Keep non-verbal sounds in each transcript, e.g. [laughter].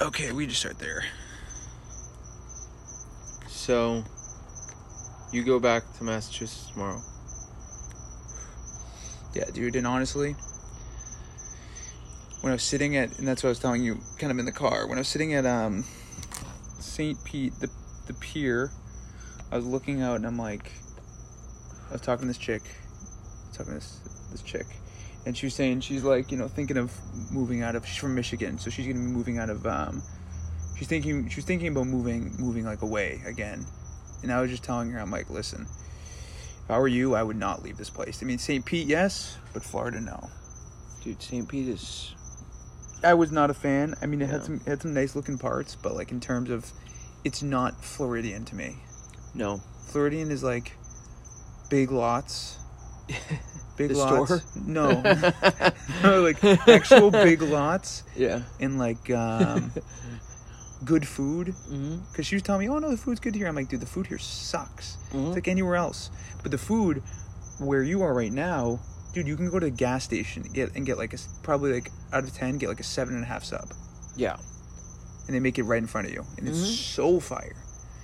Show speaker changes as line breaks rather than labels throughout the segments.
Okay, we just start there.
So, you go back to Massachusetts tomorrow.
Yeah, dude, and honestly, when I was sitting at, and that's what I was telling you, kind of in the car, when I was sitting at um, St. Pete, the, the pier, I was looking out and I'm like, I was talking to this chick, I was talking to this, this chick, and she was saying she's like, you know, thinking of moving out of, she's from Michigan, so she's gonna be moving out of, um, she's thinking, she was thinking about moving, moving like away again. And I was just telling her, I'm like, listen, if I were you, I would not leave this place. I mean, St. Pete, yes, but Florida, no.
Dude, St. Pete is.
I was not a fan. I mean, it had
Yeah.
some it had some nice looking parts, but like in terms of, it's not Floridian to me.
No.
Floridian is like big
[laughs]
lots, big
The
lots.
store?
[laughs]
[laughs]
No, No, like actual big lots
Yeah.
and like
[laughs]
um, good food.
Mm-hmm.
Because she was telling me, "Oh no, the food's good here." I'm like, "Dude, the food here sucks.
Mhm.
It's like anywhere else." But the food where you are right now, dude, you can go to the gas station and get and get like a s- probably like out of ten, get like a seven and a half sub,
Yeah.
and they make it right in front of you, and it's
Mhm.
so fire.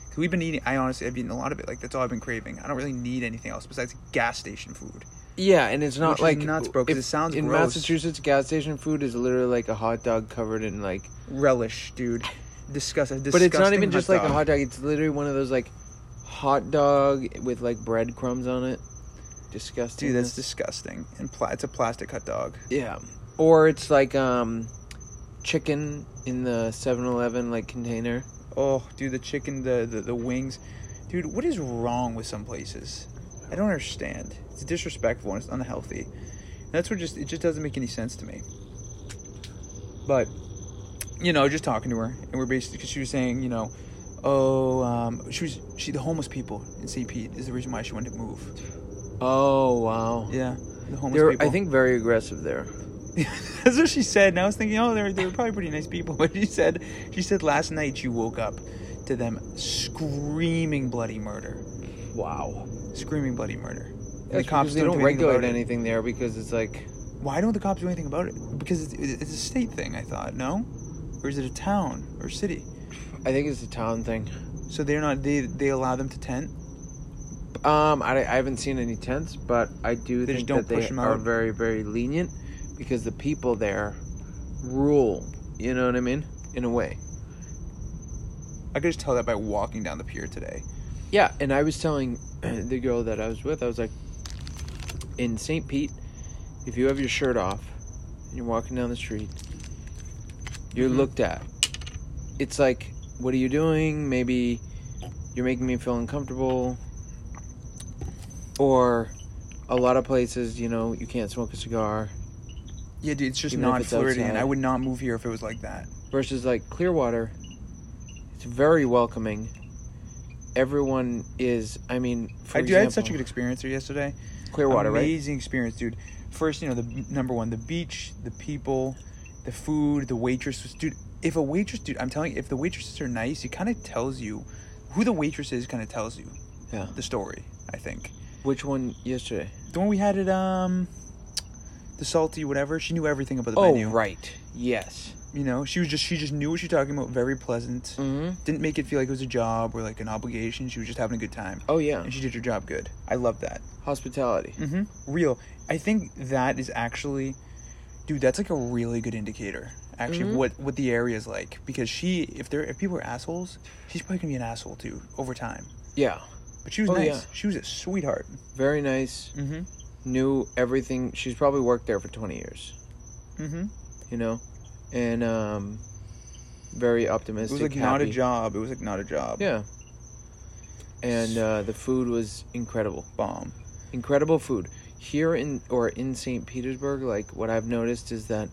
Because we've been eating. I honestly, I've eaten a lot of it. Like that's all I've been craving. I don't really need anything else besides gas station food.
Yeah, and it's not
Which is
like
nuts, bro, 'cause
if-
it sounds
in
gross.
Massachusetts. Gas station food is literally like a hot dog covered in like,
Relish, dude. Disgusting.
but it's not
disgusting
even just like a
dog.
hot dog. It's literally one of those like hot dog with like breadcrumbs on it. Disgusting.
Dude, that's disgusting. And pla- it's a plastic hot dog.
yeah. Or it's like um, chicken in the 7-Eleven like container.
Oh, dude, the chicken, the, the the wings, dude. What is wrong with some places? I don't understand. It's disrespectful and it's unhealthy. And that's what just it just doesn't make any sense to me. But you know, just talking to her, and we're basically because she was saying, you know, oh, um, she was she the homeless people in St. Pete is the reason why she wanted to move.
Oh wow.
Yeah, the homeless
They're
people.
I think very aggressive there.
[laughs] That's what she said, and I was thinking, oh, they were, they were probably pretty nice people. [laughs] But she said, she said last night you woke up to them screaming bloody murder,
Wow.
screaming bloody murder. And
The cops they don't
do
regulate
about it.
anything there because it's like
Why don't the cops do anything about it? Because it's, it's a state thing, I thought. No, or is it a town or city?
I think it's a town thing.
So they're not. They they allow them to tent.
Um, I, I haven't seen any tents, but I do
They just
think
don't
that they
push 'em
are
out.
very, very lenient because the people there rule. You know what I mean? In a way.
I could just tell that by walking down the pier today.
Yeah, and I was telling [clears throat] the girl that I was with, I was like, in St. Pete, if you have your shirt off and you're walking down the street, you're
Mhm.
looked at. It's like, what are you doing? Maybe you're making me feel uncomfortable. Or a lot of places, you know, you can't smoke a cigar.
Yeah, dude, it's just
Even if
not
it's
Floridian.
outside.
I would not move here if it was like that.
versus like Clearwater, it's very welcoming. Everyone is. I mean, for
I, dude, I had such a
example,
good experience here yesterday.
Clearwater, right?
amazing experience, dude. First, you know, the number one, the beach, the people, the food, the waitress was, dude. If a waitress, dude, I'm telling you, if the waitresses are nice, it kind of tells you who the waitress is. Kind of tells you
Yeah.
the story. I think
Which one yesterday?
the one we had at um, the salty whatever, she knew everything about the
oh,
menu.
right. Yes.
You know, she was just she just knew what she was talking about. Very pleasant.
Mm-hmm.
Didn't make it feel like it was a job or like an obligation. She was just having a good time,
Oh yeah.
and she did her job good. I love that.
Hospitality.
hmm Real. I think that is actually, dude. That's like a really good indicator. Actually,
Mhm.
what what the area is like because she, if there, if people are assholes, she's probably gonna be an asshole too over time.
Yeah.
But she was
Oh,
nice.
yeah.
She was a sweetheart.
Very nice.
Mm-hmm.
Knew everything. She's probably worked there for twenty years.
Mm-hmm.
You know, and um, very
It
optimistic.
was like not a
happy.
job. It was like not a job.
Yeah. And uh, the food was incredible.
Bomb.
incredible food here in or in St. Petersburg. Like what I've noticed is that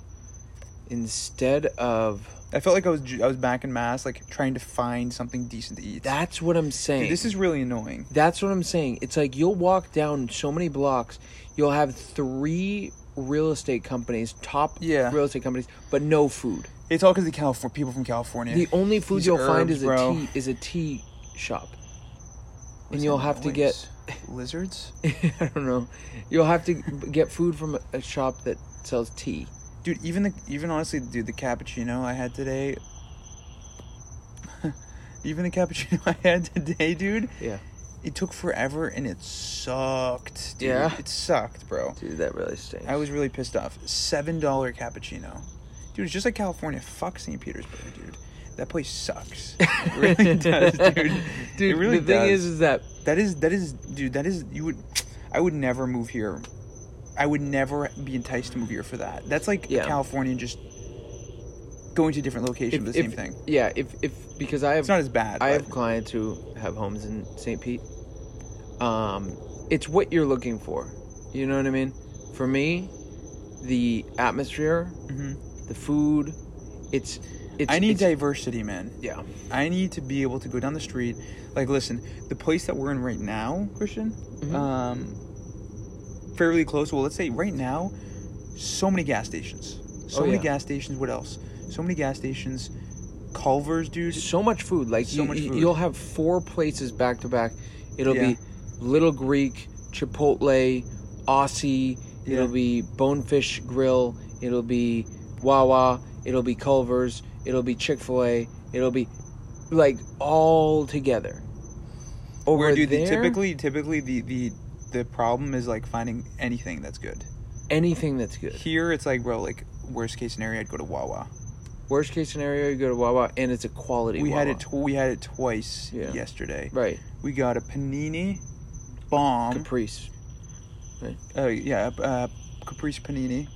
instead of
I felt like I was ju- I was back in mass, like trying to find something decent to eat.
that's what I'm saying.
Dude, this is really annoying.
that's what I'm saying. It's like you'll walk down so many blocks, you'll have three real estate companies, top
Yeah.
real estate companies, but no food.
It's all because the California people from California.
The only food
These
you'll find
herbs,
is a
bro.
tea is a tea shop.
What
And
is
you'll
that
have to
noise?
get
lizards.
[laughs] I don't know. You'll have to get food from a- a shop that sells tea.
dude even the even honestly dude the cappuccino i had today [laughs] Even the cappuccino [laughs] I had today, dude,
Yeah.
it took forever and it sucked. Dude.
Yeah?
It sucked, bro.
Dude, that really stinks.
I was really pissed off. Seven dollar cappuccino, dude. It's just like California. Fuck St. Petersburg, dude. That place sucks. [laughs] It
[laughs]
really does, dude.
Dude,
it really
the thing
does.
is, is that
that is that is dude. That is you would. I would never move here. I would never be enticed to move here for that. That's like
Yeah.
California just going to a different location
if,
for the same
if-
thing.
Yeah, if if because I have
It's not as bad.
I
but-
have clients who have homes in St. Pete. Um, it's what you're looking for. You know what I mean? For me, the atmosphere,
Mhm.
the food, it's it's
I need
it's,
diversity, man.
yeah.
I need to be able to go down the street. Like, listen, the place that we're in right now, Christian,
Mhm.
um, fairly close. Well, let's say right now, so many gas stations. So
Oh,
many
yeah.
gas stations. What else? So many gas stations. Culver's, dude.
So much food. Like
So
you,
much
you-
food.
you'll have four places back to back. It'll
Yeah.
be Little Greek, Chipotle, Aussie,
Yeah.
it'll be Bonefish Grill, it'll be Wawa, it'll be Culver's, it'll be Chick-fil-A, it'll be like all together. Over
Where, dude, the,
there,
typically, typically the the the problem is like finding anything that's good.
anything that's good.
Here, it's like, bro, like worst case scenario, I'd go to Wawa.
Worst case scenario, you go to Wawa and it's a quality
We had
Wawa.
it. Tw- we had it twice
Yeah.
yesterday.
right.
We got a panini bomb.
Caprice.
uh, yeah, uh, Caprice Panini.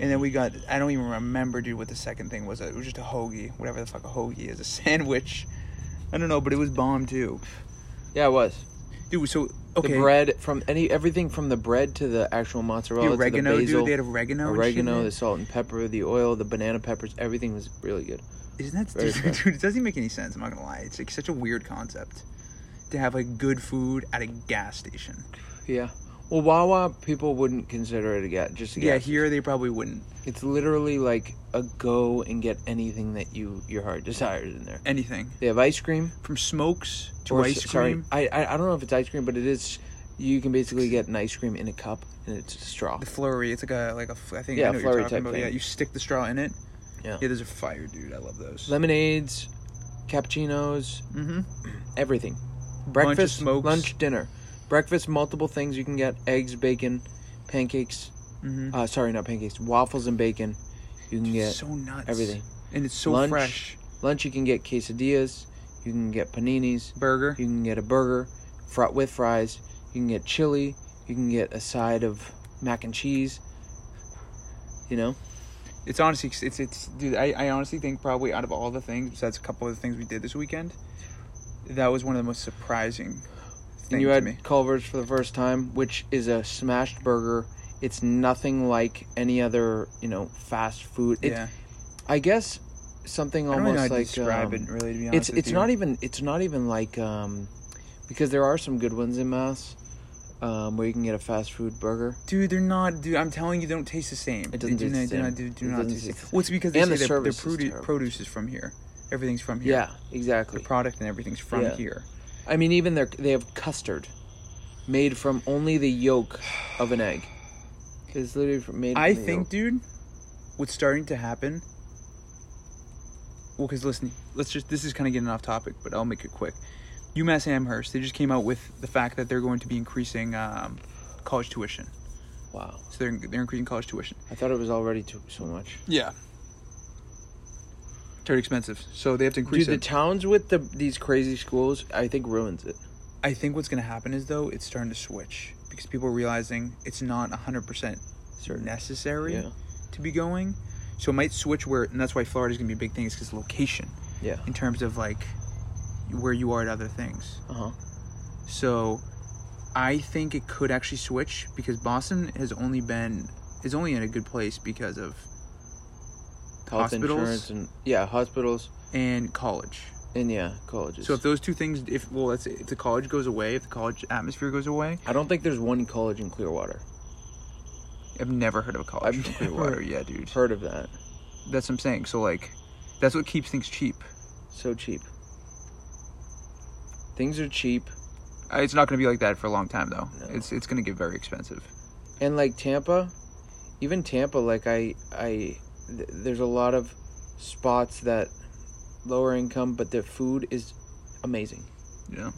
And then we got, I don't even remember, dude, what the second thing was. It was just a hoagie, whatever the fuck a hoagie is, a [laughs] sandwich. I don't know, but it was bomb, too.
Yeah, it was.
Dude, so, okay.
The bread from any everything from the bread to the actual mozzarella,
the
to
oregano,
the basil,
dude. They had oregano. and shit in
oregano,
it.
the salt and pepper, the oil, the banana peppers, everything was really good.
Isn't that, [laughs]
very
dude,
fresh.
dude, it doesn't even make any sense. I'm not going to lie. It's like such a weird concept to have like good food at a gas station.
Yeah. Well, Wawa people wouldn't consider it a gas. Just a
Yeah,
gas.
here they probably wouldn't.
It's literally like a go and get anything that you your heart desires in there.
Anything.
They have ice cream.
From smokes to
or
ice
s- sorry,
cream.
I, I I don't know if it's ice cream, but it is. You can basically get an ice cream in a cup and it's a straw.
The flurry. It's like a, like a, f- I think
Yeah,
I know what
flurry
you're talking
type
about.
thing.
Yeah, you stick the straw in it.
Yeah.
Yeah, those are fire, dude. I love those.
Lemonades, cappuccinos,
Mm-hmm.
everything.
Bunch of
Breakfast,
smokes.
lunch, dinner. Breakfast, multiple things you can get: eggs, bacon, pancakes.
Mm-hmm.
Uh, sorry, not pancakes. Waffles and bacon. You can get
so nuts.
everything.
And it's so
Lunch.
fresh.
Lunch, you can get quesadillas. You can get paninis.
Burger.
You can get a burger fr- with fries. You can get chili. You can get a side of mac and cheese. You know?
It's honestly, it's, it's, it's dude, I, I honestly think probably out of all the things, besides a couple of the things we did this weekend, that was one of the most surprising things
and you
to
had
me.
Culver's for the first time, which is a smashed burger. It's nothing like any other, you know, fast food. It,
yeah.
I guess something
I don't really know
almost
how to
like
describe
um,
it, really, to be honest
it's
with
it's
you.
not even it's not even like um because there are some good ones in Mass um where you can get a fast food burger
Dude, they're not, dude, I'm telling you, they don't taste the same.
It doesn't
They do
taste the
not-
same.
Do not, do, do
It
not
doesn't
taste the
taste the
Well, it's because they
And
say
the
their, their
service is
produ-
terrible.
produce is from here. Everything's from here.
yeah
The
exactly
product and everything's from
Yeah.
here.
I mean even their they have custard made from only the yolk of an egg it's literally from, made
I
from the
think,
yolk.
dude, what's starting to happen. Well, because listen, let's just. This is kind of getting off topic, but I'll make it quick. UMass Amherst, they just came out with the fact that they're going to be increasing um, college tuition.
wow
So they're they're increasing college tuition.
I thought it was already too so much
Yeah. It's already expensive, so they have to
dude
increase
the
it.
towns with the these crazy schools I think ruins it
I think what's going to happen is though it's starting to switch because people are realizing it's not hundred percent
Certain.
necessary
Yeah.
to be going. So it might switch where, and that's why Florida's going to be a big thing is because location.
yeah
in terms of like where you are at other things.
uh huh
So I think it could actually switch because Boston has only been is only in a good place because of
health
Hospitals?
insurance and yeah hospitals
and college.
and yeah colleges
So if those two things if well let's say if the college goes away, if the college atmosphere goes away,
I don't think there's one college in Clearwater.
I've never heard of a college.
I've
from
never-
Clearwater. yeah, dude.
Heard of that?
That's what I'm saying. So like that's what keeps things cheap.
So cheap. Things are cheap,
Uh, It's not going to be like that for a long time though.
No.
It's it's going to get very expensive.
and like Tampa, even Tampa, like I, I, th- there's a lot of spots that lower income, but their food is amazing.
Yeah.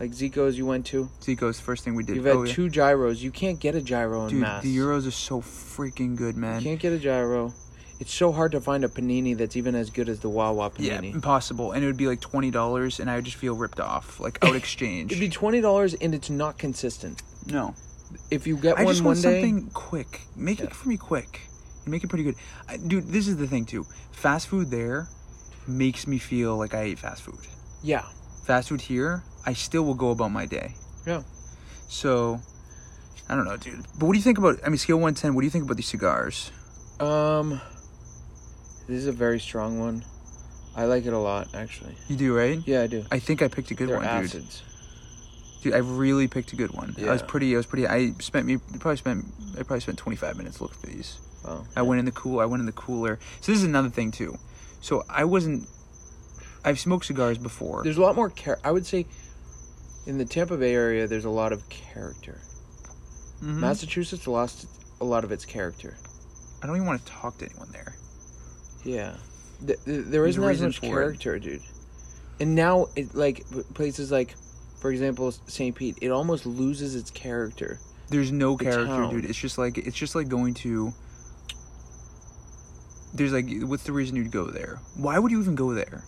Like Zico's, you went to.
Zico's first thing we did.
You've had
Oh, yeah.
two gyros. You can't get a gyro in
Dude,
Mass.
the Euros are so freaking good,
you
man.
can't get a gyro. It's so hard to find a panini that's even as good as the Wawa
Yeah,
panini.
impossible. And it would be like twenty dollars, and I would just feel ripped off, like
[laughs]
out exchange.
It'd be twenty dollars, and it's not consistent.
no,
If you get
I
one
just
one
want
day,
something quick. Make
Yeah.
it for me quick. And make it pretty good. I, dude, this is the thing too. Fast food there makes me feel like I ate fast food.
yeah,
Fast food here, I still will go about my day.
Yeah.
So, I don't know, dude. But what do you think about? I mean, scale one ten. What do you think about these cigars?
um, this is a very strong one. I like it a lot, actually.
You do right.
Yeah, I do.
I think I picked a good
They're
one, dude.
acids.
Dude, I really picked a good one. I was
Yeah.
pretty. I was pretty. I spent me probably spent. I probably spent 25 minutes looking for these.
Wow.
I went in the cool. I went in the cooler. So this is another thing too. So I wasn't. I've smoked cigars before.
There's a lot more char- I would say, in the Tampa Bay area, there's a lot of character.
Mhm.
Massachusetts lost a lot of its character.
I don't even want to talk to anyone there.
Yeah, Th- th- there
There's
isn't
a
as
reason
much
for it.
character, dude. And now, it like p- places like, for example, St. Pete, it almost loses its character.
There's no
The
character,
town.
dude. It's just like it's just like going to. There's like, what's the reason you'd go there? Why would you even go there?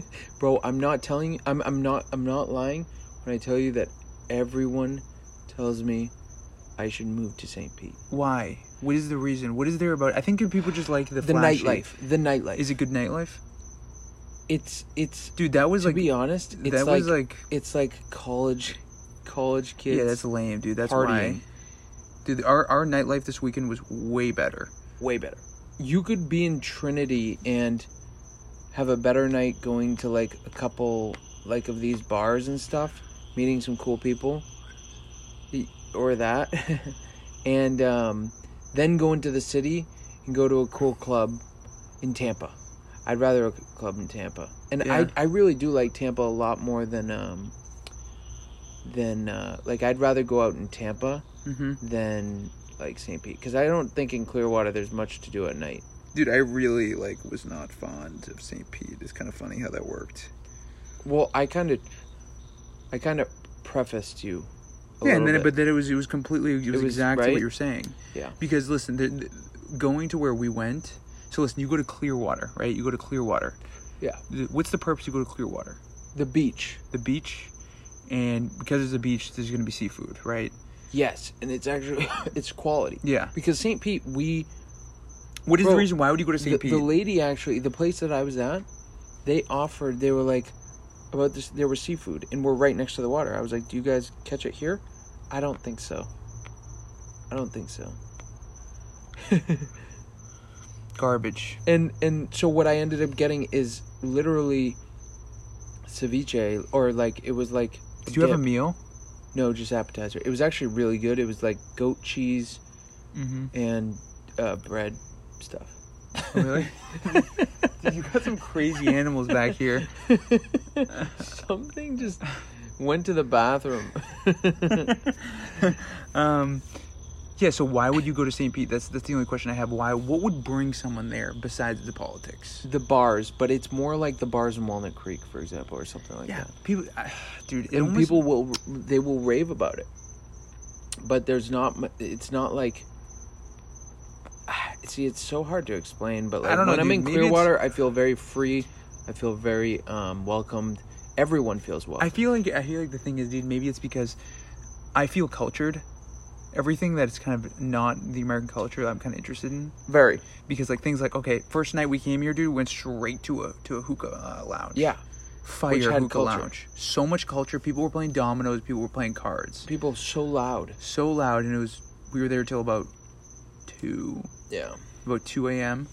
[laughs] Bro, I'm not telling you. I'm I'm not I'm not lying when I tell you that everyone tells me I should move to St. Pete.
Why? What is the reason? What is there about? I think people just like the,
The
flashy-
nightlife, the nightlife.
Is it good nightlife,
it's it's
dude? That was
to
like
be honest, it's
that
like,
was like
it's like college college kids.
yeah, that's lame, dude. That's
partying.
why, dude. Our our nightlife this weekend was way better.
way better. You could be in Trinity and have a better night going to like a couple like of these bars and stuff, meeting some cool people, y- or that, [laughs] and um, then go into the city and go to a cool club in Tampa. I'd rather a c- club in Tampa, and
Yeah.
I I really do like Tampa a lot more than um than uh, like I'd rather go out in Tampa
Mm-hmm.
than like St. Pete because I don't think in Clearwater there's much to do at night.
Dude, I really like was not fond of St. Pete. It's kind of funny how that worked.
Well, I kind of, I kind of prefaced you. A
yeah, and then
little
it-
bit.
but then it was it was completely it was,
was-
exactly
right?
what you're saying.
Yeah.
Because listen, the, the, going to where we went. So listen, you go to Clearwater, right? You go to Clearwater.
Yeah.
The- What's the purpose? You go to Clearwater,
the beach.
the beach, and because there's a beach, there's gonna be seafood, right?
Yes, and it's actually [laughs] it's quality
Yeah.
because St. Pete we
What is
Bro,
the reason? Why would you go to St.
the,
Pete?
the lady actually the place that I was at, they offered they were like about this there was seafood and we're right next to the water. I was like, do you guys catch it here? I don't think so. I don't think so. [laughs]
Garbage.
and and so what I ended up getting is literally ceviche or like it was like
Did you have a
dip.
meal?
no just appetizer it was actually really good it was like goat cheese
Mm-hmm.
and uh, bread stuff
Oh,
[laughs]
Really? Dude, you got some crazy animals back here.
[laughs] something just went to the bathroom [laughs]
um, yeah. So why would you go to St. Pete? That's that's the only question I have. Why? What would bring someone there besides the politics?
the bars but it's more like the bars in Walnut Creek for example or something like
Yeah,
that
people, I, [sighs] dude. It
and
almost,
people will they will rave about it but there's not mu- it's not like [sighs] see it's so hard to explain but
I
like
don't know,
when i'm
dude.
in
Maybe it's-
clearwater i feel very free i feel very um welcomed everyone feels
I
welcome
feel like I feel like the thing is, dude. Maybe it's because I feel cultured. Everything that's kind of not the American culture, I'm kind of interested in
very
because like things like okay, first night we came here, dude, went straight to a to a hookah uh, lounge.
yeah
fire
Which had
hookah
culture.
lounge. So much culture. People were playing dominoes. People were playing cards.
people so loud
So loud, and it was. We were there till about two,
yeah
about two a.m.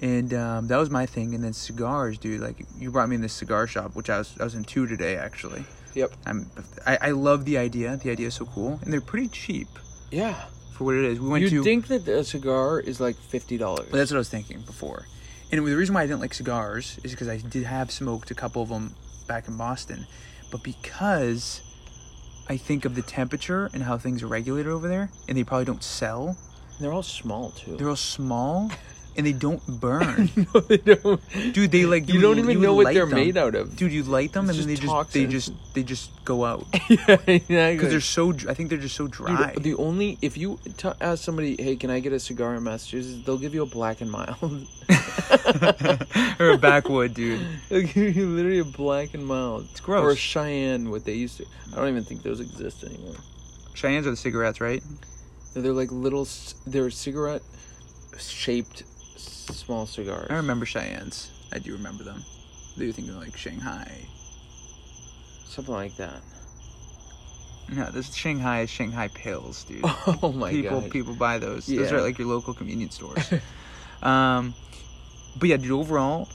And um, that was my thing. And then cigars, dude. Like you brought me in this cigar shop, which I was I was in two today actually.
yep
I'm I, I love the idea. The idea is so cool, and they're pretty cheap
yeah
for what it is. We went
you
to.
think that a cigar is like $50
But that's what I was thinking before. And the reason why I didn't like cigars is because I did have smoked a couple of them back in Boston, but because I think of the temperature and how things are regulated over there, and they probably don't sell. [laughs]
they're all small too
They're all small. and they don't
[laughs]
burn,
no, they don't.
dude. They like
You don't even know what
light
they're
them.
made out
[laughs]
of.
Dude, you light them
It's
and then they
just
just they
toxins.
just they just go
[laughs]
out
yeah, exactly.
because they're so. dr- I think they're just so dry. [laughs]
Dude, the only if you t- ask somebody, hey, can I get a cigar in Massachusetts? They'll give you a black and mild. [laughs]
or a backwood, dude.
they'll give you literally a black and mild.
It's gross.
Or a Cheyenne, what they used to. I don't even think those exist anymore.
Cheyennes are the cigarettes, right?
They're, they're like little. c- They're cigarette shaped small cigars.
I remember Cheyennes. I do remember them. They were thinking like Shanghai.
Something
[laughs]
like that.
No, this Shanghai is Shanghai pills, dude.
Oh my
people
god.
people buy those. Those
Yeah.
are at, like your local convenience stores.
[laughs]
um, but yeah, dude. Overall,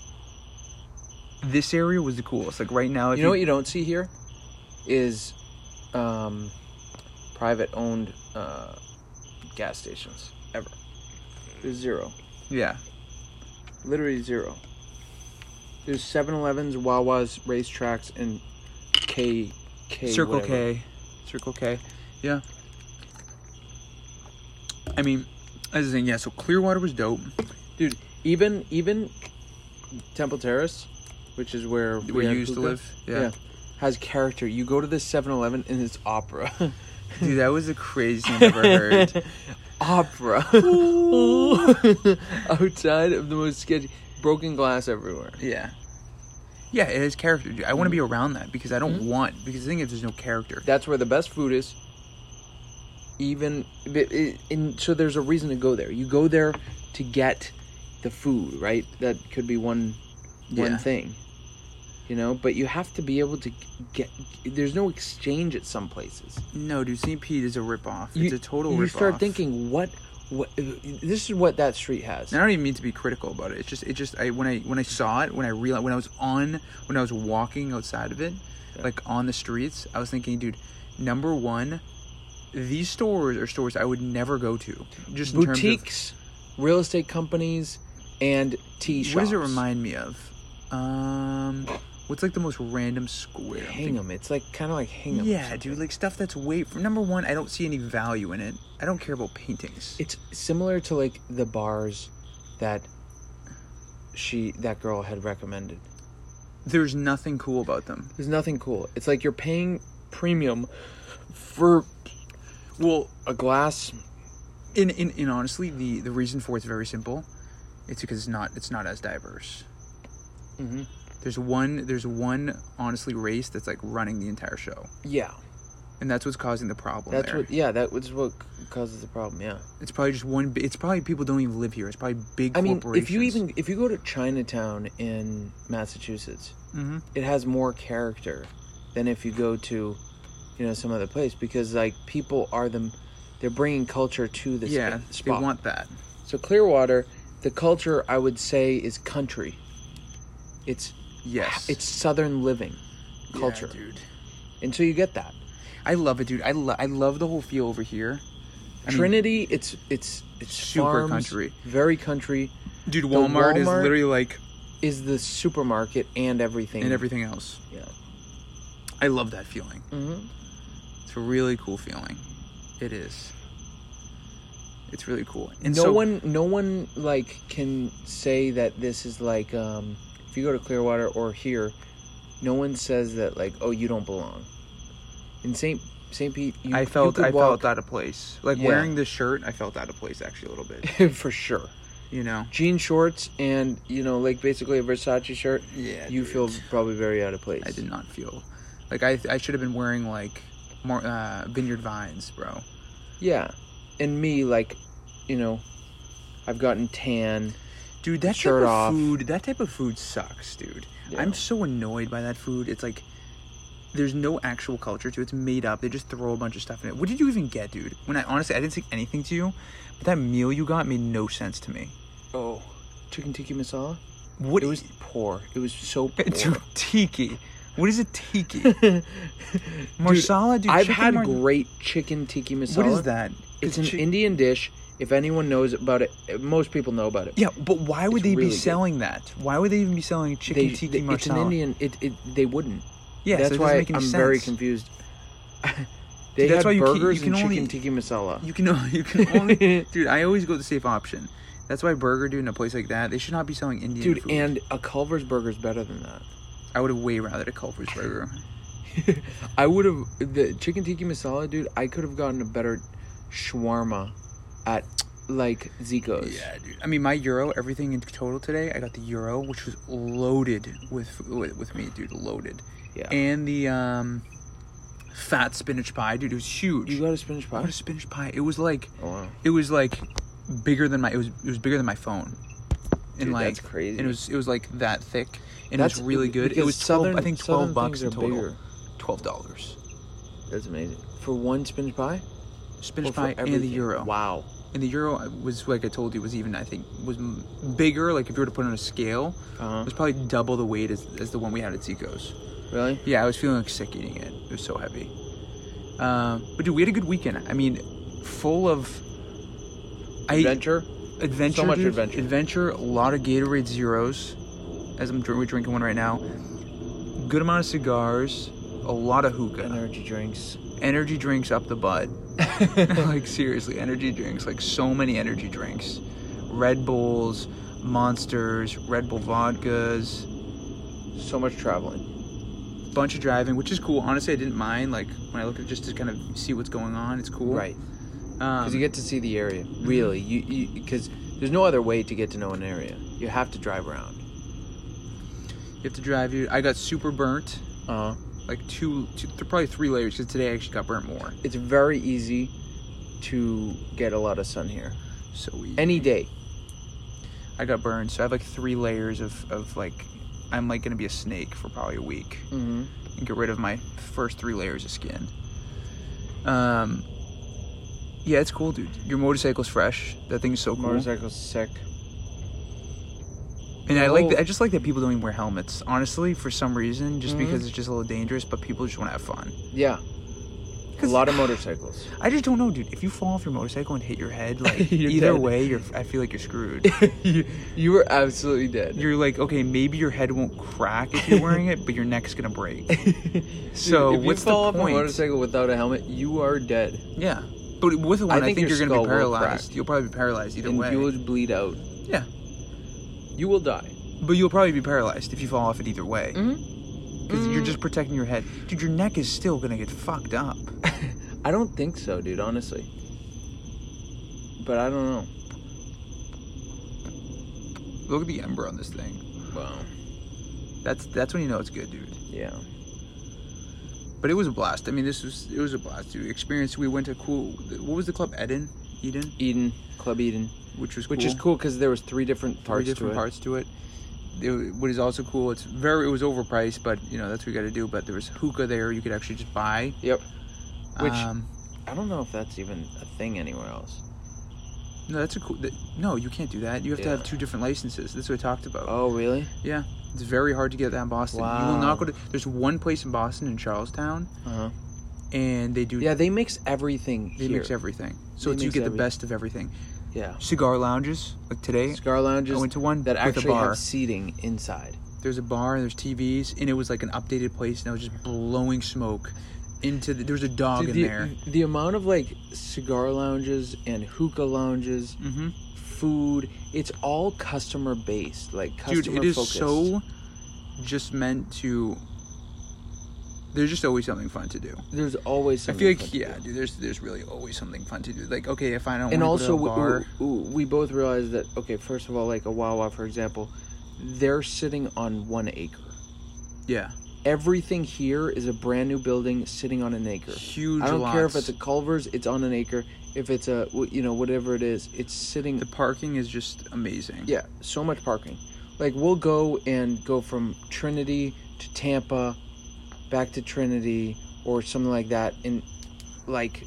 this area was the coolest. Like right now, if
you know what you don't see here is um, private owned uh, gas stations ever. There's zero.
yeah,
Literally zero. There's 7-Elevens, Wawas, racetracks, and K K
Circle
whatever.
K, Circle K, yeah. I mean, as the thing, yeah. So Clearwater was dope.
Dude, even even Temple Terrace, which is where
Where you
had
used to
hookah,
live,
yeah. has character. You go to this 7-Eleven and it's
[laughs]
opera.
Dude, that was the craziest thing I've ever
[laughs]
heard.
opera. [laughs] Outside of the most sketchy broken glass everywhere.
Yeah. Yeah, it has character. Dude. I want to be around that because I don't
Hmm?
want because the thing is there's no character.
That's where the best food is. Even it, it, and so there's a reason to go there. You go there to get the food, right? That could be one
Yeah.
one thing. You know, but you have to be able to get there's no exchange at some places.
No, dude, St. Pete is a ripoff. It's
you,
a total
You
ripoff.
start thinking what what this is what that street has.
And I don't even mean to be critical about it. It's just, it just, I when I when I saw it, when I realized, when I was on, when I was walking outside of it, like on the streets, I was thinking, dude, number one, these stores are stores I would never go to. Just in terms of-
Boutiques, real estate companies and tea shops.
what does it remind me of? Um, what's like the most random square? I'm thinking-
Hingham. It's like kind of like Hingham. or
Yeah,
something.
dude, like stuff that's way. Number one, I don't see any value in it. I don't care about paintings.
it's similar to like the bars that she that girl had recommended
There's nothing cool about them.
there's nothing cool it's like you're paying premium for
Well,
a glass
in in, in honestly, the the reason for it's very simple. It's because it's not it's not as diverse.
Mhm.
There's one there's one honestly race that's like running the entire show,
yeah
and that's what's causing the problem.
that's
there.
what yeah that was what causes the problem yeah
it's probably just one. bi- It's probably people don't even live here. It's probably big.
i mean
corporations.
if you even if you go to chinatown in massachusetts
Mhm.
it has more character than if you go to you know some other place because like people are the they're bringing culture to this
yeah, they
spot.
want that.
So Clearwater, the culture I would say is country. It's
Yes,
it's southern living
Yeah,
culture.
dude.
and so you get that.
I love it, dude. I lo- I love the whole feel over here. I mean,
Trinity, it's it's it's
Super
farms,
country.
Very country
dude, Walmart, is
Walmart-
literally like
is the supermarket and everything.
and everything else.
Yeah.
I love that feeling.
hmm
It's a really cool feeling. It is. It's really cool. And
no
so,
one no one like can say that this is like um if you go to Clearwater or here, no one says that like, oh you don't belong. In Saint Saint Pete you
I
you
felt
could
I
walk
felt out of place. Like
Yeah.
wearing this shirt, I felt out of place actually a little [laughs] bit.
[laughs] for sure.
You know.
jean shorts and you know like basically a Versace shirt,
Yeah.
you
dude.
feel probably very out of place.
I did not feel like I I should have been wearing like more uh, vineyard vines, bro.
Yeah, and me like, you know, I've gotten tan.
Dude, that
Shirt
type of
off.
food, that type of food sucks, dude.
Yeah.
I'm so annoyed by that food. It's like there's no actual culture to it. It's made up. They just throw a bunch of stuff in it. What did you even get, dude? When I honestly, I didn't say anything to you, but that meal you got made no sense to me.
Oh, chicken tikka masala.
What
It was poor. It was
[laughs]
so poor.
dude, tiki? What is a
[laughs]
tiki? Marsala, dude.
I've
chicken
had
mar-
great chicken tikka masala.
What is that?
It's an
It's chi-
Indian dish. If anyone knows about it, eh, most people know about it.
Yeah, but why would
It's
they
really
be
good.
selling that? Why would they even be selling chicken
They-
tiki
they-
marsala?
it's an Indian. It, it they wouldn't.
Yeah, so
that's
it doesn't
why
make
I'm
any
very
sense. [laughs]
confused. they
that's
had
why you can- you
burgers
can
and
only-
chicken tikka masala. [laughs]
You can you can only dude. I always go the safe option. That's why Burger Dude in a place like that, they should not be selling Indian
Dude,
food.
and a Culver's burger's better than that. [laughs]
I would have way rather a Culver's burger.
I would have the chicken tikka masala, dude. I could have gotten a better shawarma at like Zico's.
Yeah, dude. I mean, my euro, everything in total today, I got the euro, which was loaded with with, with me, dude, loaded.
Yeah.
And the um, fat spinach pie, dude, it was huge.
You got a spinach
I
pie?
got a spinach pie. It was like,
Oh, wow.
it was like bigger than my. It was it was bigger than my phone. And
Dude,
like
that's crazy.
And it was it was like that thick, and it
That's-
was really good. It
because
was 12,
southern-
I think twelve
southern
bucks in
things are
total.
bigger.
Twelve dollars.
That's amazing. For one spinach pie?
Spinach
Or for
pie and the
everything?
euro.
Wow.
And the euro was like I told you was even I think was m- bigger. Like if you were to put it on a scale,
Uh-huh.
it was probably double the weight as, as the one we had at Zico's.
Really?
Yeah, I was feeling like sick eating it. It was so heavy. Um, but dude, we had a good weekend. I mean, full of I-
Adventure?
adventure,
So much
dude.
adventure.
adventure. A lot of Gatorade zeros, as I'm drink, we're drinking one right now. Good amount of cigars, a lot of hookah,
Energy
[laughs]
drinks.
energy drinks up the butt. [laughs] like seriously, energy drinks, like so many energy drinks, Red Bulls, Monsters, Red Bull vodkas.
So much traveling.
bunch of driving, which is cool. Honestly, I didn't mind. Like when I look at it, just to kind of see what's going on, it's cool.
Right.
Um,
Because you get to see the area. Really. You Because there's no other way to get to know an area. You have to drive around.
you have to drive. You. I got super burnt.
Uh huh.
Like two, two th- probably three layers. Because today I actually got burnt more.
It's very easy to get a lot of sun here.
So we.
Any day.
I got burned. So I have like three layers of of like. I'm like gonna be a snake for probably a week
Mm-hmm.
and get rid of my first three layers of skin. Um. Yeah, it's cool, dude. Your motorcycle's fresh. That thing's so cool.
Motorcycle's sick.
And I like
Oh.
that, I just like that people don't even wear helmets. Honestly, for some reason, just
Mhm.
because it's just a little dangerous, but people just want to have fun.
Yeah. A
'Cause-
[laughs] lot of motorcycles.
I just don't know, dude. If you fall off your motorcycle and hit your head, like
[laughs] You're
either
dead.
way, you're I feel like you're screwed.
you, you were absolutely [laughs] dead.
you're like, okay, maybe your head won't crack if you're wearing it, but your neck's gonna break. So
Dude, if
what's
you
the
fall off a
point?
motorcycle without a helmet, you are dead,
Yeah, but with one, I
I
think,
think your
you're gonna
skull
be
will
paralyzed.
crack.
You'll probably be paralyzed either
and
way.
you will bleed out.
Yeah,
You will die.
but you'll probably be paralyzed if you fall off it either way,
Mm-hmm.
because you're just protecting your head, dude. Your neck is still gonna get fucked up.
I don't think so, dude. Honestly, but I don't know.
Look at the ember on this thing.
Wow.
That's that's when you know it's good, dude.
Yeah.
But it was a blast. I mean, this was it was a blast, dude. Experience. We went to cool. What was the club? Eden, Eden,
Eden Club Eden,
which was
which
cool.
is cool because there was three different
Three
parts
different
to it.
parts to it. It- What is also cool. It's very. It was overpriced, but you know that's what you got to do. But there was hookah there. You could actually just buy.
Yep. Which
Um,
I don't know if that's even a thing anywhere else.
no, that's a cool. That, no, you can't do that. You have to
Yeah.
have two different licenses. That's what I talked about.
Oh, really?
Yeah, it's very hard to get that in Boston. You will
Wow.
not go to. There's one place in Boston in Charlestown,
Uh huh.
and they do.
Yeah, they mix everything
Uh-huh. They
here.
mix everything, so
They
it's, you
mix
get the
everything.
best of everything.
yeah.
cigar lounges. Like today,
Cigar lounges.
I went to one
that
with a
actually
bar.
have seating inside.
there's a bar and there's TVs, and it was like an updated place, and I was just blowing smoke into the. There was a dog in
Dude, the,
there.
the amount of like cigar lounges and hookah lounges,
Mm-hmm.
food, it's all customer based, like customer
Dude, it is
focused.
so just meant to. There's just always something fun to do.
There's always
I feel
something. fun
like
to
yeah, dude. There's there's really always something fun to do. Like okay, if I don't
and
want to
also
go to a
we,
bar,
ooh, ooh, we both realized that okay first of all like a wawa for example they're sitting on one acre
yeah,
everything here is a brand new building sitting on an acre
huge.
i don't care if
lots.
it's a culver's it's on an acre if it's a wh- you know whatever it is it's sitting
the parking is just amazing.
yeah so much parking like we'll go and go from trinity to tampa back to trinity or something like that and like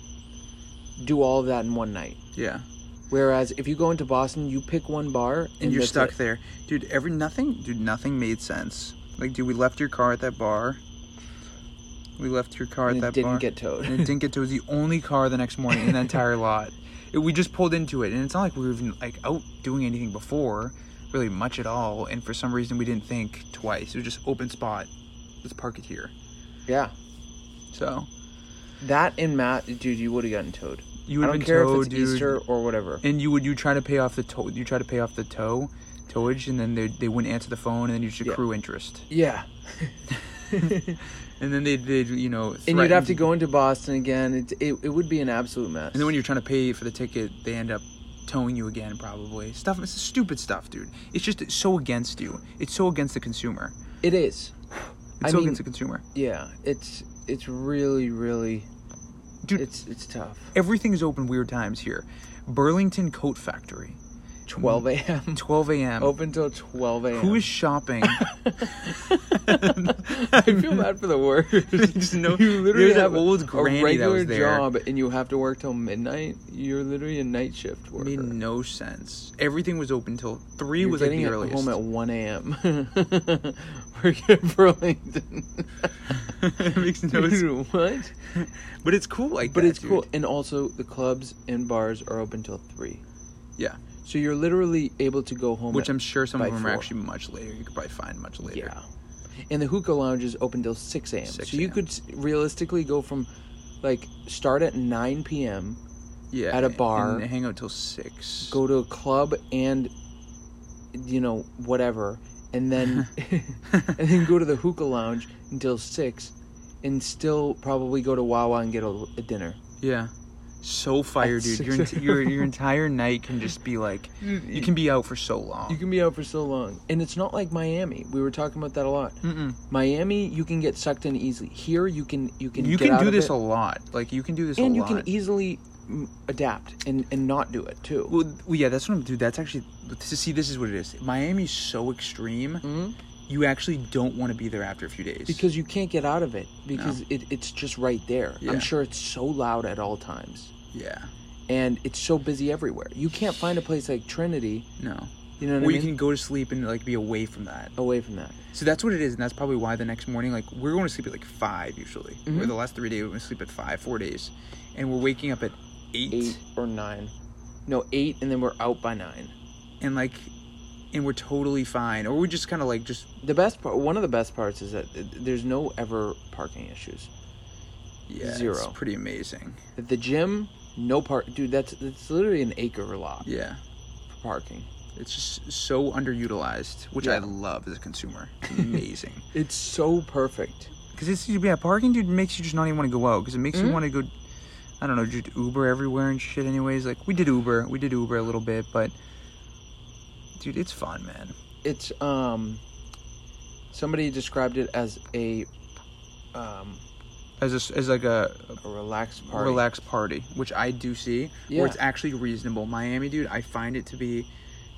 do all of that in one night
yeah.
Whereas if you go into Boston, you pick one bar and,
and, you're
that's
stuck
it.
there, dude. Every nothing, dude. Nothing made sense. Like, dude, we left your car at that bar. We left your car at
And it
that
didn't
bar.
get towed.
[laughs] and it didn't get to. It was the only car the next morning in the
[laughs]
entire lot. It, we just pulled into it, and it's not like we were even like out doing anything before, really much at all. And for some reason, we didn't think twice. It was just open spot. Let's park it here.
yeah,
So
that and Matt, dude, you would have gotten towed.
you would
I
have
don't
been
care
towed,
if it's
dude.
Easter or whatever.
And you would you try to pay off the tow? You try to pay off the tow, towage, and then they they wouldn't answer the phone, and then you just
Yeah.
accrue interest.
Yeah.
And then they they you know.
and you'd have
threatened-
to go into Boston again. It, it it would be an absolute mess.
And then when you're trying to pay for the ticket, they end up towing you again, probably. Stuff. It's stupid stuff, dude. It's just so against you. It's so against the consumer.
it is,
It's
I
so
mean-
against the consumer.
yeah. It's it's really really,
Dude.
It's it's tough.
Everything is open weird times here. Burlington Coat Factory,
Twelve
[laughs]
a.m.
12 a.m.
Open till twelve a.m. [laughs]
Who is shopping?
I feel bad for the workers.
There's no-
you literally
there's an
have
old
a
granny that
regular
was there.
job and you have to work till midnight. You're literally a night shift worker.
Made no sense. Everything was open till 3
You're
was like
getting
the
at
earliest.
home at one [laughs] a.m. Work at
[laughs]
Burlington. [laughs]
It makes no
Dude, What?
But it's cool like
But
that,
it's cool.
dude.
And also, the clubs and bars are open till three.
Yeah.
So you're literally able to go home.
Which
at-
I'm sure some of
by
them are
four.
actually much later. You could probably find much later.
yeah. And the hookah lounge is open till six a.m.
6
So you
a.m..
could s- realistically go from, like, start at nine p.m.
Yeah,
At a
and-
bar.
and hang out till six.
go to a club and you know whatever
[laughs]
and then [laughs] and then go to the hookah lounge until 6 and still probably go to Wawa and get a, a dinner.
Yeah, so fired, dude. Your,
six
ent- your your entire night can just be
[laughs]
like you can be out for so long.
You can be out for so long. And it's not like Miami. We were talking about that a lot.
Mm-mm.
Miami you can get sucked in easily. Here you can you can
You
get
can
out
do
of
this
it,
a lot. Like you can do this
and
a
you
lot.
can easily mm, adapt and and not do it too.
well, th- well, yeah, that's what I'm. Dude, that's actually. but to See, this is what it is. Miami's so extreme.
Mhm.
You actually don't want to be there after a few days.
Because you can't get out of it because it, it's just right there.
Yeah.
I'm sure it's so loud at all times.
yeah,
and it's so busy everywhere. You can't find a place like Trinity,
no.
you know
Or
what I
you
mean?
can go to sleep and like be away from that.
Away from that.
So that's what it is, and that's probably why the next morning, like we're going to sleep at like five usually. Or
Mhm.
the last three days we're going to sleep at five, four days, and we're waking up at
Eight or nine. No, eight, and then we're out by nine.
and like and we're totally fine or we just kind of like just
The best part, one of the best parts is that th- there's no ever parking issues.
yeah it's
Zero.
pretty amazing
At the gym, no park. Dude, that's, that's literally an acre lot
yeah
for parking.
it's just so underutilized which i
Yeah.
love as a consumer it's
[laughs]
amazing
It's so perfect.
because it's yeah parking dude makes you just not even want to go out because it makes
Mhm.
you want to go i don't know just uber everywhere and shit anyways like we did uber we did uber a little bit but dude it's fun man
It's, um, somebody described it as a, um,
as a s as like a
a relaxed party.
relaxed party which i do see
Yeah.
where it's actually reasonable miami dude i find it to be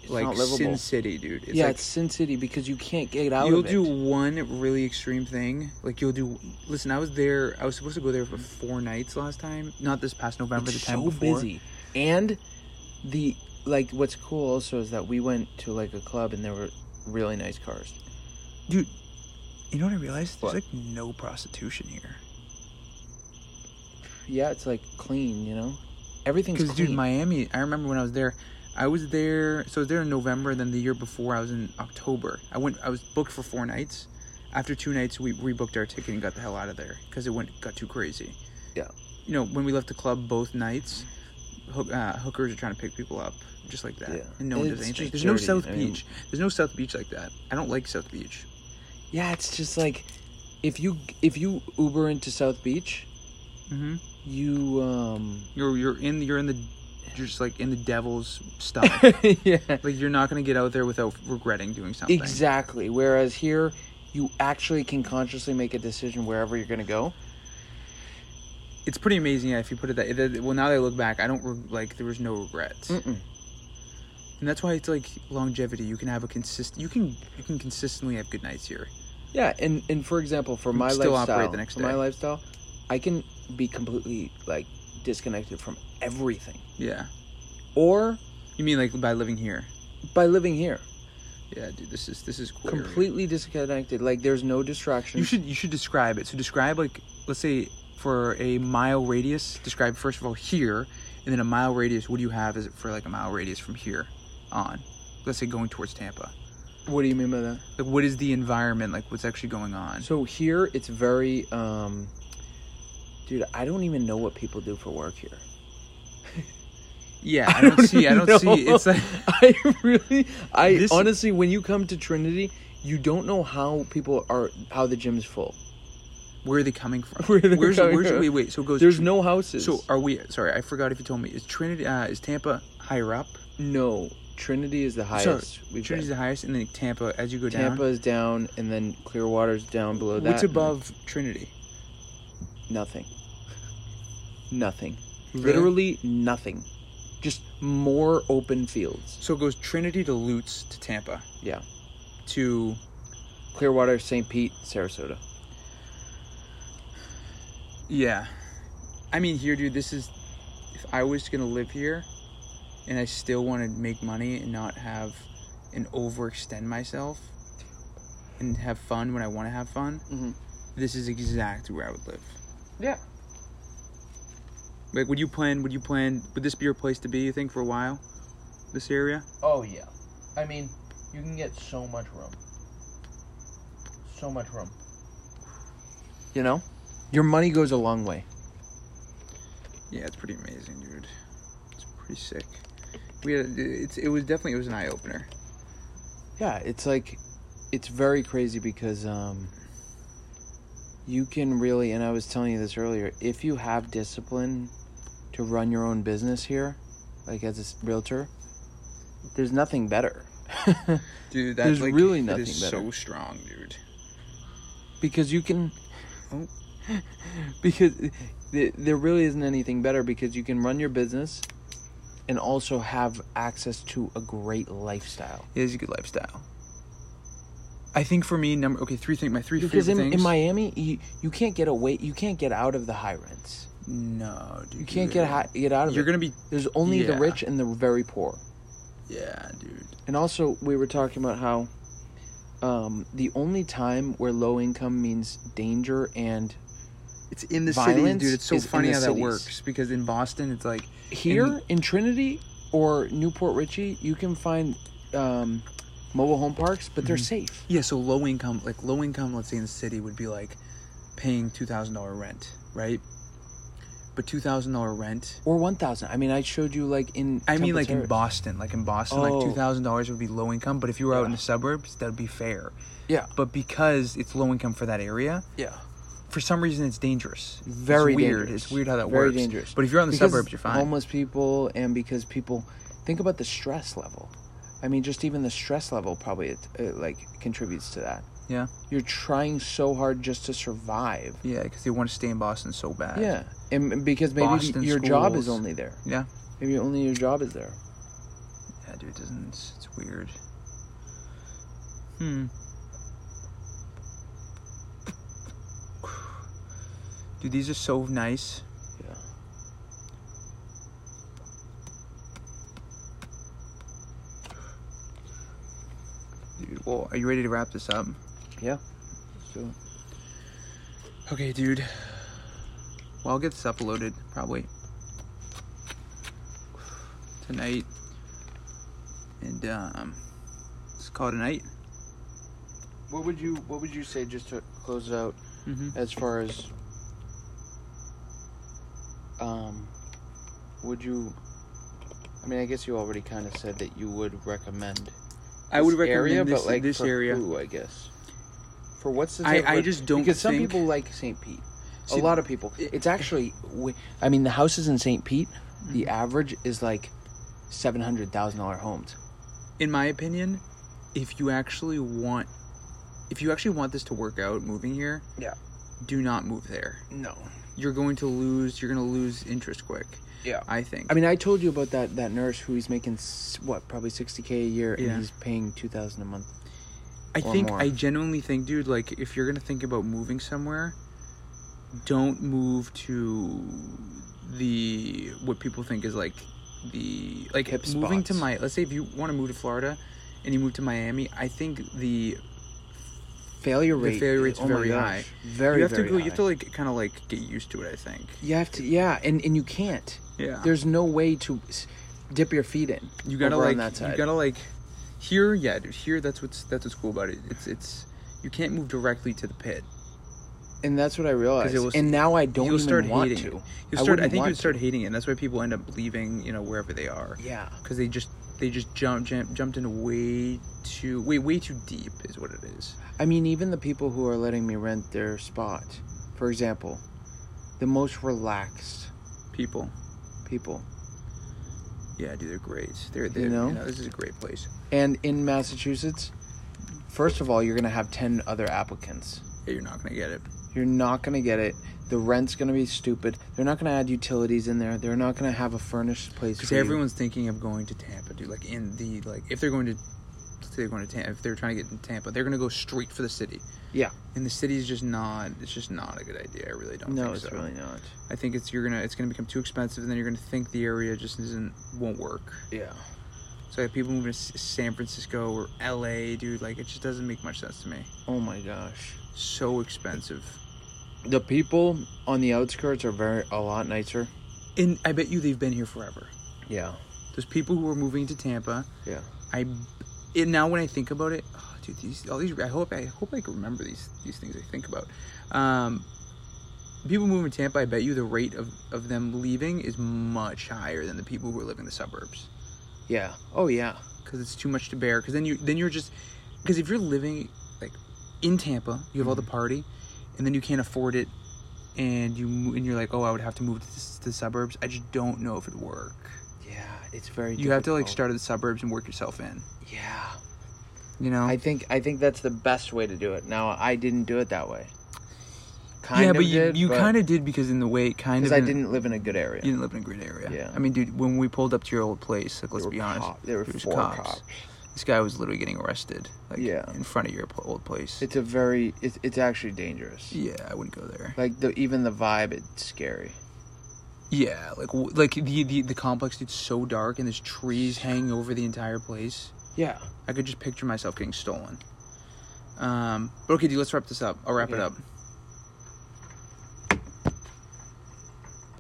It's
like
not livable.
sin city dude it's
yeah,
like
it's Sin City because you can't get out
you'll
of it.
do one really extreme thing like you'll do listen i was there i was supposed to go there for four nights last time not this past november
it's
the time
so
before
busy and the like what's cool also is that we went to like a club and there were really nice cars
dude you know what i realized
What?
there's like no prostitution here
yeah it's like clean you know everything's
because
clean
dude miami i remember when i was there i was there so i was there in november then the year before i was in october i went i was booked for four nights after two nights we rebooked our ticket and got the hell out of there because it went got too crazy
Yeah.
you know when we left the club both nights hook, uh, hookers are trying to pick people up just like that
Yeah.
and no one does
It's
anything there's
just
no
dirty,
south
I mean-
beach there's no south beach like that i don't like south beach
yeah it's just like if you if you uber into south beach
mm-hmm. [laughs]
you um
you're you're in you're in the you're just like in the devil's
[laughs]
stuff
yeah
like you're not gonna get out there without regretting doing something
exactly whereas here you actually can consciously make a decision wherever you're gonna go
it's pretty amazing yeah, if you put it that it- it- well now that i look back i don't re- like there was no regrets
Mm-mm.
and that's why it's like longevity you can have a consist you can you can consistently have good nights here
Yeah, and and for example, for my
still operate
lifestyle,
the next
for my
day.
lifestyle, I can be completely like disconnected from everything,
yeah
or
you mean like by living here
by living here,
yeah dude this is this is cool
completely disconnected. Like there's no distractions.
you should you should describe it so describe like let's say for a mile radius describe first of all here and then a mile radius what do you have is it for like a mile radius from here on let's say going towards tampa
What do you mean by that?
like what is the environment like what's actually going on
So here, it's very, um, dude. I don't even know what people do for work here.
Yeah, [laughs] I don't see. I don't see.
know.
It's like
[laughs] I really, I
This-
honestly, when you come to Trinity, you don't know how people are, how the gym's full.
where are they coming from?
[laughs] Where are they
where's
coming
where's
from?
wait wait? So it goes.
There's
Trin-
no houses.
So uh, are we? Sorry, I forgot if you told me. Is Trinity? Uh, is Tampa higher up?
no, Trinity is the highest. we've
Trinity's
been.
the highest, and then Tampa as you go down.
Tampa is down, and then Clearwater's down below that.
What's
and
above Trinity?
Nothing. Nothing.
Really?
Literally nothing. Just more open fields.
So it goes Trinity to Lutz to Tampa
Yeah.
to
Clearwater, St. Pete, Sarasota.
yeah. I mean here, dude. This is if I was gonna live here, and I still want to make money and not have and overextend myself, and have fun when I want to have fun.
Mhm.
This is exactly where I would live.
Yeah.
Like, would you plan? Would you plan? Would this be your place to be? You think for a while, this area?
Oh yeah. I mean, you can get so much room. So much room. You know? Your money goes a long way.
Yeah, it's pretty amazing, dude. It's pretty sick. We had it's it was definitely it was an eye opener.
Yeah, it's like it's very crazy because um you can really and I was telling you this earlier, if you have discipline to run your own business here, like as a s- realtor, there's nothing better. [laughs]
Dude, that's
There's
like,
really
that
nothing
is
better.
so strong, dude.
because you can [laughs]
Oh.
because th- there really isn't anything better because you can run your business and also have access to a great lifestyle
It is a good lifestyle. I think for me, number okay, three things. My three
because
favorite
in, in
things.
miami you, you can't get away you can't get out of the high rents
no, dude,
you can't get hi- get out of
You're
it.
gonna be
there's only the
yeah.
rich and the very poor
yeah, dude.
and also we were talking about how um, the only time where low income means danger and
It's in the city,
Violence
dude. It's so
is in
funny
the
how that
cities.
works because in Boston, it's like
here
And-
in Trinity or Newport Richie, you can find um, mobile home parks, but they're safe.
Yeah, so low income, like low income, let's say in the city would be like paying two thousand dollar rent, right? But two thousand dollar rent.
Or one thousand. I mean, I showed you like in.
I mean,
Temple
like in
Terrace.
Boston, like in Boston,
Oh.
like two thousand dollars would be low income. But if you were out in
Yeah.
the suburbs, that'd be fair.
Yeah,
But because it's low income for that area,
yeah.
for some reason it's dangerous. It's
Very
weird.
dangerous.
It's weird how that
Very
works.
dangerous.
But if you're out in the
Because
suburbs, you're fine.
Homeless people, and because people think about the stress level. I mean, just even the stress level probably it, it like contributes to that.
Yeah,
You're trying so hard just to survive.
yeah, because they want to stay in Boston so bad.
Yeah, and and because maybe
Boston
your job is
schools.
only there.
yeah,
Maybe only your job is there.
yeah, dude. It doesn't it's, it's weird. Hmm. Dude, these are so nice.
Yeah.
Dude, well, are you ready to wrap this up?
Yeah. So.
Okay, dude. Well, I'll get this uploaded probably tonight, and um, let's call it a night.
What would you What would you say just to close it out
Mm-hmm.
as far as um would you I mean I guess you already kind of said that you would recommend
I would
this
recommend
area,
this
but like
this
for
area.
who, I guess for what's the
I-
type of-
I just don't
because some
think-
people like St. Pete.
See,
a lot of people.
it-
It's actually we- I mean the houses in St. Pete
Mm-hmm.
the average is like seven hundred thousand dollar homes.
in my opinion, if you actually want, if you actually want this to work out, moving here,
Yeah.
do not move there.
No.
You're going to lose. You're going to lose interest quick.
Yeah.
I think.
I mean, I told you about that that nurse who he's making s- what probably sixty k a year,
Yeah.
and he's paying two thousand a month.
I
or
think
more.
I genuinely think, dude, like if you're gonna think about moving somewhere, don't move to the what people think is like the like
Hip
moving to
spots.
my let's say if you want to move to Florida and you move to Miami, I think the
Failure
The
rate.
failure rate's
oh my
very
gosh,
high.
Very,
you have
very
to go you
high.
have to like kind of like get used to it. I think.
You have to- yeah, and and you can't.
Yeah.
There's no way to s- dip your feet in.
you gotta
over
like
on that side.
you gotta like here yeah dude here that's what's that's what's cool about it it's it's you can't move directly to the pit
and that's what I realized.
you'll s-
and now I don't
you'll
even
start
want
hating
to.
it. You
I
start. I,
wouldn't
think you
want
start hating it. And that's why people end up leaving. You know, wherever they are,
Yeah.
because they just they just jump, jump jumped into way too way way too deep is what it is.
I mean, even the people who are letting me rent their spot, for example, the most relaxed
People,
people.
yeah, dude, they're great. They're, they're
know?
you know, this is a great place.
And in Massachusetts, first of all, you're going to have 10 other applicants.
Yeah, you're not gonna get it.
You're not going to get it. The rent's going to be stupid. They're not going to add utilities in there. They're not going to have a furnished place.
Because
for you.
everyone's thinking of going to Tampa, dude. Like in the like, if they're going to, let's say they're going to Tampa, if they're trying to get in Tampa, they're gonna go straight for the city.
Yeah.
And the city is just not. It's just not a good idea. I really don't.
No,
think
it's
so.
really not.
I think it's you're gonna. It's gonna become too expensive, and then you're gonna think the area just isn't won't work.
Yeah.
So like, people moving to S- San Francisco or L.A., dude. Like it just doesn't make much sense to me.
Oh my gosh.
So expensive.
The people on the outskirts are very a lot nicer.
And I bet you they've been here forever.
Yeah.
Those people who are moving to Tampa.
Yeah.
I and now when I think about it, oh, dude, these all these I hope I hope I can remember these these things I think about. Um, people moving to Tampa, I bet you the rate of of them leaving is much higher than the people who are living in the suburbs
Yeah. Oh yeah.
because it's too much to bear. Because then you then you're just because if you're living like in Tampa, you have all
Mm-hmm.
the party, and then you can't afford it, and you mo- and you're like, oh, I would have to move to the, the suburbs. I just don't know if it'd work.
Yeah, it's very
You have to like
difficult.
start at the suburbs and work yourself in.
Yeah.
You know,
I think I think that's the best way to do it. Now I didn't do it that way. Kind
yeah,
of
but you,
did,
you
but-
kind of did because in the way it kind
'cause
of
I
in-
didn't live in a good area.
you didn't live in a great area.
Yeah.
I mean, dude, when we pulled up to your old place, like let's
There
be
were
honest,
cop- there were
it was
four cops.
This guy was literally getting arrested, like
Yeah.
in front of your pl- old place.
It's a very it's it's actually dangerous.
yeah, I wouldn't go there.
Like the even the vibe, it's scary.
Yeah, like w- like the the, the complex it's so dark and there's trees hanging over the entire place.
Yeah.
I could just picture myself getting stolen. Um, but okay, dude, let's wrap this up. I'll wrap it
Okay.
up.